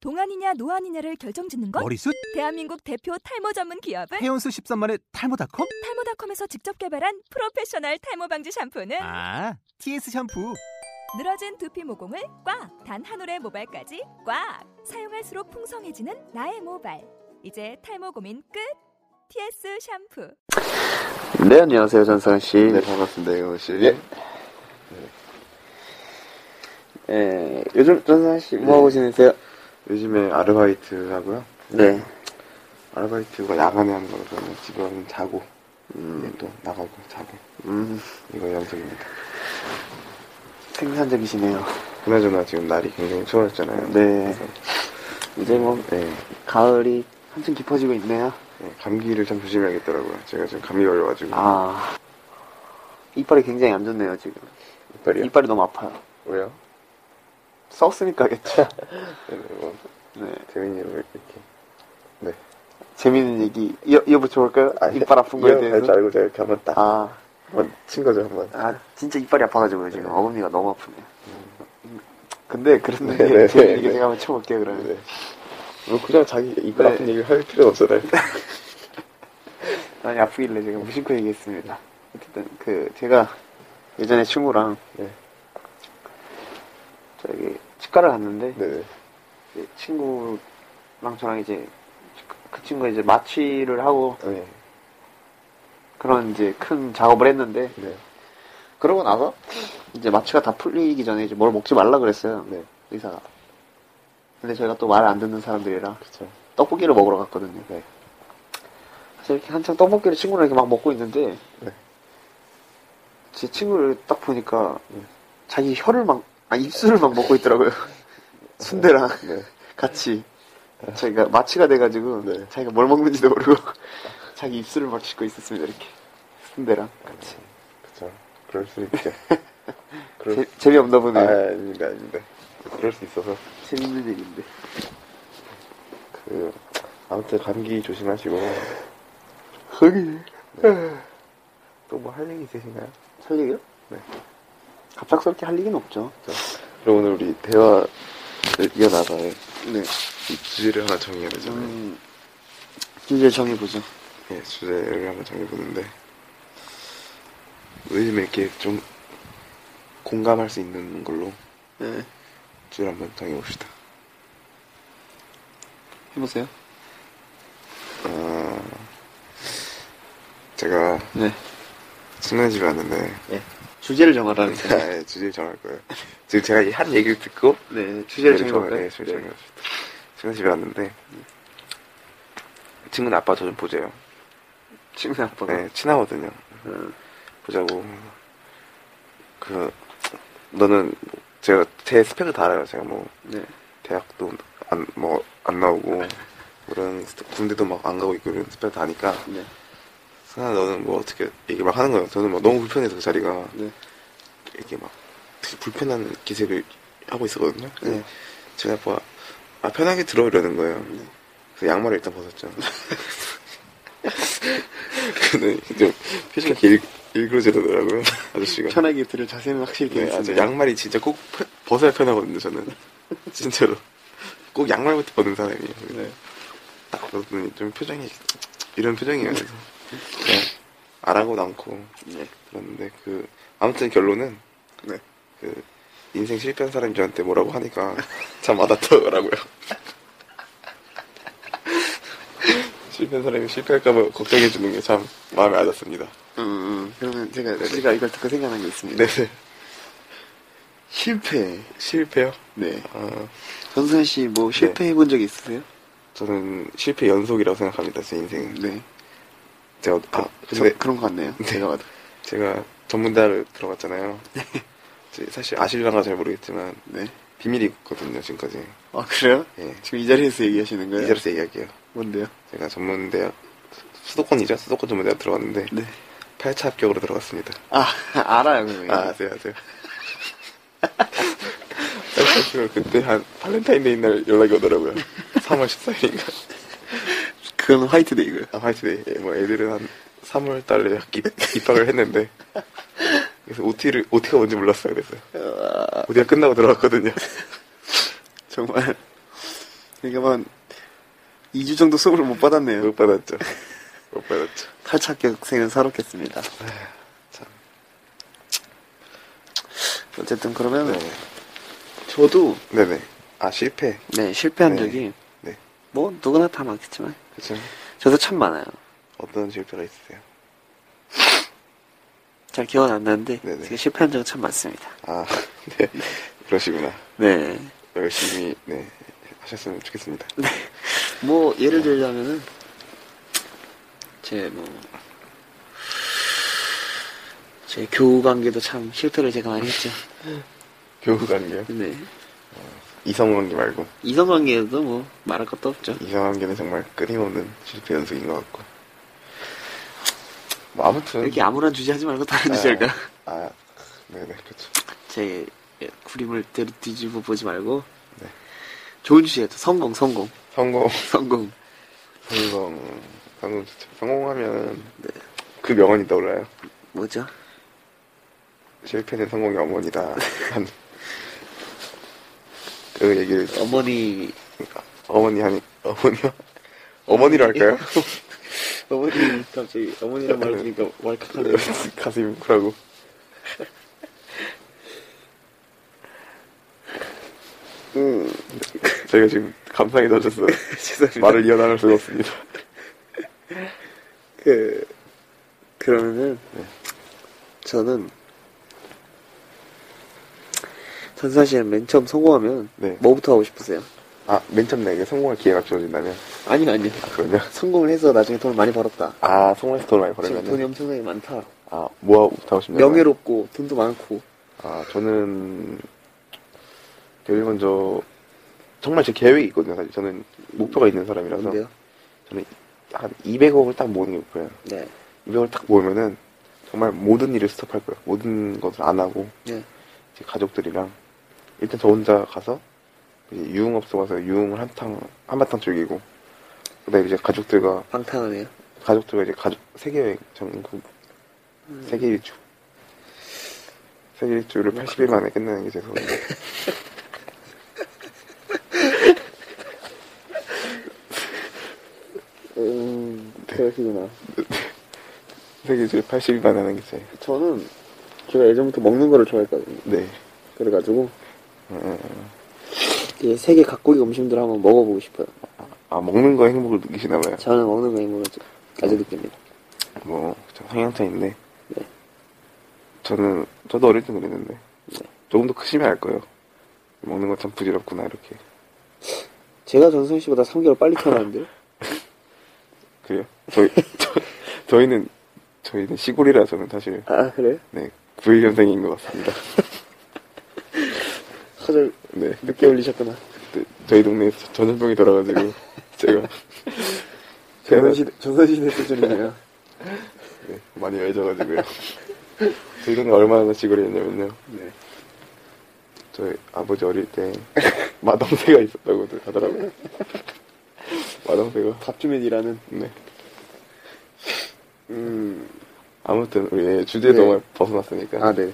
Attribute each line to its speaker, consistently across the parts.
Speaker 1: 동안이냐 노안이냐를 결정짓는 건
Speaker 2: 머리숱?
Speaker 1: 대한민국 대표 탈모 전문 기업은
Speaker 2: 헤어스 13만의 탈모닷컴?
Speaker 1: 탈모닷컴에서 직접 개발한 프로페셔널 탈모 방지 샴푸는
Speaker 2: 아, TS 샴푸.
Speaker 1: 늘어진 두피 모공을 꽉 단 한 올의 모발까지 꽉 사용할수록 풍성해지는 나의 모발 이제 탈모 고민 끝 TS 샴푸
Speaker 3: 네, 안녕하세요, 전선 씨.
Speaker 4: 네, 반갑습니다, 영호 씨.
Speaker 3: 예. 예, 요즘 전선 씨 뭐하고 지내세요?
Speaker 4: 네. 요즘에 아르바이트 하고요.
Speaker 3: 네.
Speaker 4: 아르바이트가 야간에 하는 거라서 집에 와서 자고, 예, 또 나가고 자고.
Speaker 3: 음,
Speaker 4: 이거 연속입니다.
Speaker 3: 생산적이시네요.
Speaker 4: 그나저나 지금 날이 굉장히 추워졌잖아요.
Speaker 3: 네.
Speaker 4: 그래서,
Speaker 3: 이제 뭐,
Speaker 4: 네.
Speaker 3: 가을이 한층 깊어지고 있네요.
Speaker 4: 네, 감기를 참 조심해야겠더라고요. 제가 지금 감기 걸려가지고.
Speaker 3: 아, 이빨이 굉장히 안 좋네요, 지금.
Speaker 4: 이빨이요?
Speaker 3: 이빨이 너무 아파요.
Speaker 4: 왜요?
Speaker 3: 썼으니까겠죠. 그렇죠.
Speaker 4: 네, 뭐,
Speaker 3: 네.
Speaker 4: 재민이로 이렇게. 네.
Speaker 3: 재밌는 얘기 이어, 이어붙여볼까요?
Speaker 4: 아니, 예.
Speaker 3: 이빨 아픈 거에
Speaker 4: 이거 잘
Speaker 3: 대해서.
Speaker 4: 알고 제가 이렇게 한번 딱.
Speaker 3: 아,
Speaker 4: 한번 친 거죠, 한번.
Speaker 3: 아, 진짜 이빨이 아파가지고요, 지금.
Speaker 4: 네. 음.
Speaker 3: 어금니가 너무 아프네요. 근데 그런
Speaker 4: 네,
Speaker 3: 얘기,
Speaker 4: 네,
Speaker 3: 재밌는
Speaker 4: 네,
Speaker 3: 얘기
Speaker 4: 네.
Speaker 3: 제가 한번 쳐볼게요, 그러면.
Speaker 4: 네. 뭐, 그냥 자기 이빨
Speaker 3: 네.
Speaker 4: 아픈 얘기를 할 필요는 없잖아요.
Speaker 3: 많이 아프길래 제가 무심코 얘기했습니다. 어쨌든 그 제가 예전에 친구랑
Speaker 4: 네.
Speaker 3: 저기 치과를 갔는데
Speaker 4: 네네.
Speaker 3: 이제 친구랑 저랑 이제 그 친구가 이제 마취를 하고
Speaker 4: 네.
Speaker 3: 그런 이제 큰 작업을 했는데
Speaker 4: 네.
Speaker 3: 그러고 나서 이제 마취가 다 풀리기 전에 이제 뭘 먹지 말라 그랬어요
Speaker 4: 네.
Speaker 3: 의사가. 근데 저희가 또 말을 안 듣는 사람들이라
Speaker 4: 그쵸.
Speaker 3: 떡볶이를 먹으러 갔거든요.
Speaker 4: 네.
Speaker 3: 그래서 이렇게 한창 떡볶이를 친구랑 이렇게 막 먹고 있는데,
Speaker 4: 네.
Speaker 3: 제 친구를 딱 보니까,
Speaker 4: 네.
Speaker 3: 자기 혀를 막, 아, 입술을 막 먹고 있더라고요. 순대랑
Speaker 4: 네.
Speaker 3: 같이. 자기가 마취가 돼가지고,
Speaker 4: 네.
Speaker 3: 자기가 뭘 먹는지도 모르고, 자기 입술을 막 씻고 있었습니다, 이렇게. 순대랑 같이.
Speaker 4: 그쵸. 그럴 수 있죠. 음, 그럴
Speaker 3: 재, 재미없나 보네.
Speaker 4: 아,
Speaker 3: 요
Speaker 4: 아닙니다, 아닙니다. 그럴 수 있어서.
Speaker 3: 재밌는 얘기인데.
Speaker 4: 그, 아무튼 감기 조심하시고. 네.
Speaker 3: 거기.
Speaker 4: 또 뭐 할 얘기 있으신가요?
Speaker 3: 할 얘기요?
Speaker 4: 네.
Speaker 3: 갑작스럽게 할 얘기는 없죠.
Speaker 4: 그러니까 그럼 오늘 우리 대화를 이어나갈
Speaker 3: 네.
Speaker 4: 주제를 하나 정해야 되잖아요.
Speaker 3: 음, 주제 정해보죠.
Speaker 4: 예, 주제를 한번 정해보는데. 요즘에 이렇게 좀 공감할 수 있는 걸로
Speaker 3: 네.
Speaker 4: 주제를 한번 정해봅시다.
Speaker 3: 해보세요.
Speaker 4: 아, 제가
Speaker 3: 네.
Speaker 4: 친한 집에 왔는데,
Speaker 3: 예. 주제를 정하라는
Speaker 4: 아, 예, 주제를 정할 거예요. 지금 제가 이한 얘기를 듣고,
Speaker 3: 네, 주제를 정해볼까요?
Speaker 4: 네, 음. 주제를 정해봅시다. 친한 집에 왔는데, 친구는 아빠 저 좀 보재요.
Speaker 3: 친구 아빠가.
Speaker 4: 네, 친하거든요. 보자고. 그, 너는, 제가, 제 스펙을 다 알아요. 제가 뭐,
Speaker 3: 네.
Speaker 4: 대학도 안, 뭐, 안 나오고, 그런, 스- 군대도 막 안 가고 있고, 이런 스펙을 다 아니까,
Speaker 3: 네.
Speaker 4: 승아 너는 뭐 어떻게, 얘기 막 하는 거예요. 저는 막 너무 불편해서 그 자리가,
Speaker 3: 네.
Speaker 4: 이렇게 막, 되게 불편한 기색을 하고 있었거든요. 근데
Speaker 3: 네.
Speaker 4: 제가 아빠, 아, 편하게 들어, 이러는 거예요. 그래서 양말을 일단 벗었죠. 근데 좀 표정이 이렇게 일, 일그러지더라고요 아저씨가
Speaker 3: 편하게 들을 자세는 확실히
Speaker 4: 네, 아주
Speaker 3: 되겠습니다.
Speaker 4: 양말이 진짜 꼭 펴- 벗어야 편하거든요 저는 진짜로 꼭 양말부터 벗는 사람이에요
Speaker 3: 네.
Speaker 4: 딱 벗더니 좀 표정이 이런 표정이에요 그래서 그냥 알아고 남고
Speaker 3: 네.
Speaker 4: 그런데 그 아무튼 결론은
Speaker 3: 네.
Speaker 4: 그 인생 실패한 사람이 저한테 뭐라고 하니까 참 와닿더라고요. 실패한 사람이 실패할까봐 걱정해주는 게 참 마음에 와닿습니다.
Speaker 3: 음, 음, 그러면 제가, 제가 이걸 듣고 생각난 게 있습니다.
Speaker 4: 네네.
Speaker 3: 실패.
Speaker 4: 실패요?
Speaker 3: 네.
Speaker 4: 아,
Speaker 3: 전선 씨, 뭐, 실패해 본 적 있으세요?
Speaker 4: 저는 실패 연속이라고 생각합니다. 제 인생은.
Speaker 3: 네.
Speaker 4: 제가 아,
Speaker 3: 저,
Speaker 4: 근데
Speaker 3: 그런 것 같네요. 제가 봐도.
Speaker 4: 제가 전문대학을 들어갔잖아요. 제- 사실 아실랑가 잘 모르겠지만
Speaker 3: 네.
Speaker 4: 비밀이거든요 지금까지.
Speaker 3: 아, 그래요?
Speaker 4: 예.
Speaker 3: 지금 이 자리에서 얘기하시는 거예요?
Speaker 4: 이 자리에서 얘기할게요.
Speaker 3: 뭔데요?
Speaker 4: 제가 전문대학 수도권이죠 수도권 전문대학 들어갔는데
Speaker 3: 네.
Speaker 4: 8차 합격으로 들어갔습니다
Speaker 3: 아, 알아요, 네. 그거.
Speaker 4: 아 아세요 아세요 그래서 그때 한 발렌타인데이 날 연락이 오더라고요 3월 14일인가
Speaker 3: 그건 화이트데이고요.
Speaker 4: 아, 화이트데이 예, 뭐 애들은 한 3월 달에 학기 입학을 했는데 그래서 OT를 OT가 뭔지 몰랐어요 그래서
Speaker 3: 아,
Speaker 4: OT가 끝나고 들어갔거든요
Speaker 3: 정말. 그러니까 한 2주 정도 수업을 못 받았네요.
Speaker 4: 못 받았죠. 못 받았죠.
Speaker 3: 탈착격생은 사롭겠습니다.
Speaker 4: 참.
Speaker 3: 어쨌든 그러면
Speaker 4: 네.
Speaker 3: 음. 저도
Speaker 4: 네네. 아, 실패.
Speaker 3: 네 실패한
Speaker 4: 네.
Speaker 3: 적이
Speaker 4: 네.
Speaker 3: 뭐 누구나 다 많겠지만
Speaker 4: 그죠?
Speaker 3: 저도 참 많아요.
Speaker 4: 어떤 실패가 있으세요?
Speaker 3: 잘 기억은 안 나는데
Speaker 4: 네네.
Speaker 3: 제가 실패한 적은 참 많습니다.
Speaker 4: 아, 네. 그러시구나.
Speaker 3: 네.
Speaker 4: 열심히, 네. 하셨으면 좋겠습니다.
Speaker 3: 뭐 예를 들자면은 제 뭐 제 교우 관계도 참 실패를 제가 많이 했죠.
Speaker 4: 교우 관계요?
Speaker 3: 네.
Speaker 4: 이성 관계 말고.
Speaker 3: 이성 관계에도 뭐 말할 것도 없죠.
Speaker 4: 이성 관계는 정말 끊임없는 실패 연속인 것 같고. 뭐, 아무튼.
Speaker 3: 이렇게 아무런 주제 하지 말고 다른
Speaker 4: 아,
Speaker 3: 주제를 가.
Speaker 4: 아, 네네, 그렇죠.
Speaker 3: 제 그림을 뒤- 뒤집어 보지 말고
Speaker 4: 네.
Speaker 3: 좋은 주제도 성공 성공
Speaker 4: 성공,
Speaker 3: 성공
Speaker 4: 성공, 성공 좋죠. 성공하면,
Speaker 3: 네.
Speaker 4: 그 명언이 떠올라요.
Speaker 3: 뭐죠?
Speaker 4: 실패는 성공의 어머니다. 한, 그 얘기를
Speaker 3: 어머니
Speaker 4: 어머니 하니 어머니요? 어머니로 할까요?
Speaker 3: 어머니 갑자기 어머니란 말을 들으니까 왈칵하네요.
Speaker 4: 가슴이 뭉클하고
Speaker 3: 음,
Speaker 4: 저희가 지금 감상이 넘쳤어요
Speaker 3: 죄송합니다.
Speaker 4: 말을 이어나갈 수가 없습니다
Speaker 3: 그 그러면은
Speaker 4: 네.
Speaker 3: 저는 전 사실 맨 처음 성공하면
Speaker 4: 네.
Speaker 3: 뭐부터 하고 싶으세요?
Speaker 4: 아맨 처음 내게 성공할 기회가 주어진다면
Speaker 3: 아니요 아니요
Speaker 4: 아 그러냐?
Speaker 3: 성공을 해서 나중에 돈을 많이 벌었다.
Speaker 4: 아 성공해서 돈을 많이
Speaker 3: 지금 돈이
Speaker 4: 벌면
Speaker 3: 엄청나게 많다.
Speaker 4: 아 뭐하고 싶나요?
Speaker 3: 명예롭고 돈도 많고
Speaker 4: 아 저는 제일 먼저 정말 제 계획이 있거든요 사실 저는 목표가 있는 사람이라서
Speaker 3: 뭔데요?
Speaker 4: 저는 한 200억을 딱 모으는 게 목표예요
Speaker 3: 네.
Speaker 4: 200억을 딱 모으면은 정말 모든 일을 스톱할 거예요 모든 것을 안 하고
Speaker 3: 네.
Speaker 4: 제 가족들이랑 일단 저 혼자 가서 이제 유흥업소 가서 유흥을 한탕 한바탕 즐기고 그다음에 이제 가족들과
Speaker 3: 방탕하네요.
Speaker 4: 가족들과 이제 가족 세계 여행 전국 그
Speaker 3: 음.
Speaker 4: 세계 일주 세계 일주를 80일 만에 끝내는 게 제 소원.
Speaker 3: 음, 그러시구나.
Speaker 4: 세계 일주를 80일 만에 하는 게 제.
Speaker 3: 저는 제가 예전부터 먹는 거를 좋아했거든요.
Speaker 4: 네.
Speaker 3: 그래가지고 어, 이 세계 각국의 음식들을 한번 먹어보고 싶어요.
Speaker 4: 아 먹는 거 행복을 느끼시나 봐요.
Speaker 3: 저는 먹는 거 행복을 아주 느낍니다.
Speaker 4: 뭐, 저 성향차인데. 저는, 저도 어릴 때 그랬는데. 조금 더 크시면 알 거예요. 먹는 거 참 부지럽구나, 이렇게.
Speaker 3: 제가 전선 씨보다 3개월 빨리 태어났는데
Speaker 4: 그래요? 저희, 저, 저희는, 저희는 시골이라서는 사실,
Speaker 3: 아 그래?
Speaker 4: 네, 91년생인 것 같습니다.
Speaker 3: 화절
Speaker 4: 네.
Speaker 3: 늦게 올리셨구나.
Speaker 4: 그때 저희 동네에서 전염병이 돌아가지고, 제가.
Speaker 3: 전선 씨 전선 씨대 수준이네요.
Speaker 4: 네, 많이 외져가지고요. 저희 동네 얼마나 시골이었냐면요.
Speaker 3: 네.
Speaker 4: 저희 아버지 어릴 때, 마동새가 있었다고 하더라고요. 마동새가.
Speaker 3: 밥주면 일하는.
Speaker 4: 네.
Speaker 3: 음.
Speaker 4: 아무튼 우리 예, 주제
Speaker 3: 네.
Speaker 4: 너무 벗어났으니까.
Speaker 3: 아 네.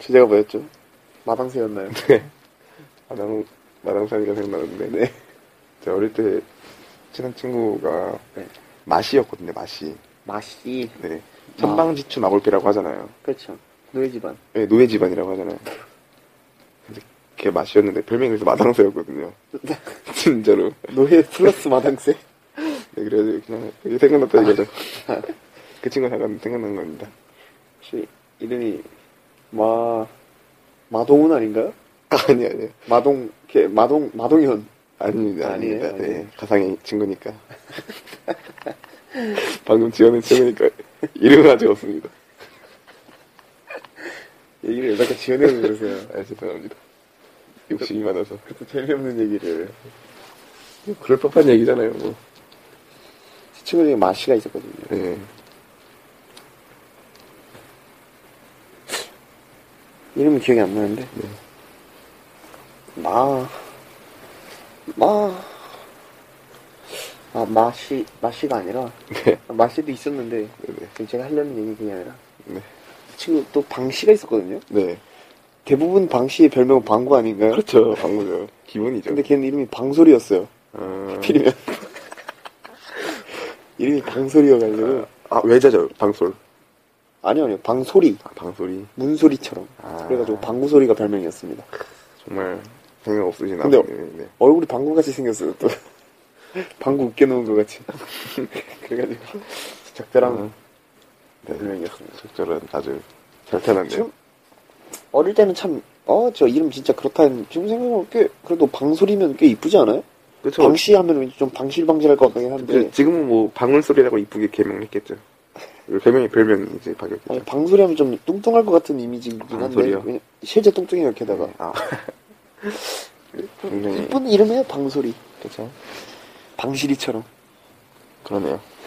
Speaker 3: 주제가 뭐였죠? 마당새였나요?
Speaker 4: 마당 마당산이가 생각나는데. 네. 제가 어릴 때 친한 친구가
Speaker 3: 네.
Speaker 4: 마시였거든요. 마시.
Speaker 3: 맛이
Speaker 4: 네. 천방지추 마골피라고 하잖아요.
Speaker 3: 그렇죠. 노예 집안.
Speaker 4: 예, 노예 집안이라고 하잖아요. 근데 걔 마시였는데 별명이 그래서 마당새였거든요. 진짜로.
Speaker 3: 노예 플러스 마당새.
Speaker 4: 네, 그래서 그냥 이게 생각났다 이거죠. 그 친구 잠깐 생각난 겁니다.
Speaker 3: 혹시 이름이 마 마동훈 아닌가요?
Speaker 4: 아니 아니요.
Speaker 3: 마동 걔 마동 마동현
Speaker 4: 아닙니다.
Speaker 3: 아니에요,
Speaker 4: 아닙니다. 네,
Speaker 3: 아니에요.
Speaker 4: 가상의 친구니까. 방금 지어낸 친구니까 이름은 아직 없습니다.
Speaker 3: 얘기를 왜 자꾸 지어내고 그러세요?
Speaker 4: 아, 죄송합니다. 욕심이 많아서. 뭐
Speaker 3: 그렇게 재미없는 얘기를
Speaker 4: 그럴 법한 얘기잖아요, 뭐.
Speaker 3: 제 친구 중에 마씨가 있었거든요.
Speaker 4: 네.
Speaker 3: 이름은 기억이 안 나는데
Speaker 4: 네.
Speaker 3: 마마아 아, 마씨 마씨가 아니라
Speaker 4: 네.
Speaker 3: 마씨도 있었는데
Speaker 4: 네.
Speaker 3: 지금 제가 하려는 얘기 그게 아니라
Speaker 4: 네.
Speaker 3: 그 친구 또 방씨가 있었거든요.
Speaker 4: 네.
Speaker 3: 대부분 방 씨의 별명은 방구 아닌가요?
Speaker 4: 그렇죠. 방구죠. 기본이죠.
Speaker 3: 근데 걔는 이름이 방소리였어요.
Speaker 4: 어...
Speaker 3: 필이면 이름이 방소리여가지고
Speaker 4: 아 외자죠. 방솔.
Speaker 3: 아니요 아니요 방소리
Speaker 4: 아, 방솔이.
Speaker 3: 문소리처럼
Speaker 4: 아,
Speaker 3: 그래가지고 방구소리가 별명이었습니다.
Speaker 4: 정말 생각 없으신 네.
Speaker 3: 근데-
Speaker 4: 아버님인데.
Speaker 3: 얼굴이 방구같이 생겼어요 또 방구 웃겨놓은 것 같이 그래가지고 적절한
Speaker 4: 음. 네.
Speaker 3: 별명이었습니다.
Speaker 4: 적절한 아주 잘 태어났네요.
Speaker 3: 지금 어릴 때는 참 어 저 이름 진짜 그렇다 했는데 지금 생각해보면 꽤 그래도 방소리면 꽤 이쁘지 않아요?
Speaker 4: 그렇죠.
Speaker 3: 방시 하면 좀 방실방실할 것 같긴 한데
Speaker 4: 지금은 뭐 방울소리라고 이쁘게 개명을 했겠죠. 그 별명이 별명이 이제 바뀌었겠죠.
Speaker 3: 아니, 방소리 하면 좀 뚱뚱할 것 같은 이미지긴 한데
Speaker 4: 방소리요?
Speaker 3: 왜냐- 실제 뚱뚱해요 게다가
Speaker 4: 아,
Speaker 3: 좀
Speaker 4: 굉장히- 네.
Speaker 3: 이쁜 이름이에요 방소리
Speaker 4: 그렇죠.
Speaker 3: 방실이처럼
Speaker 4: 그러네요.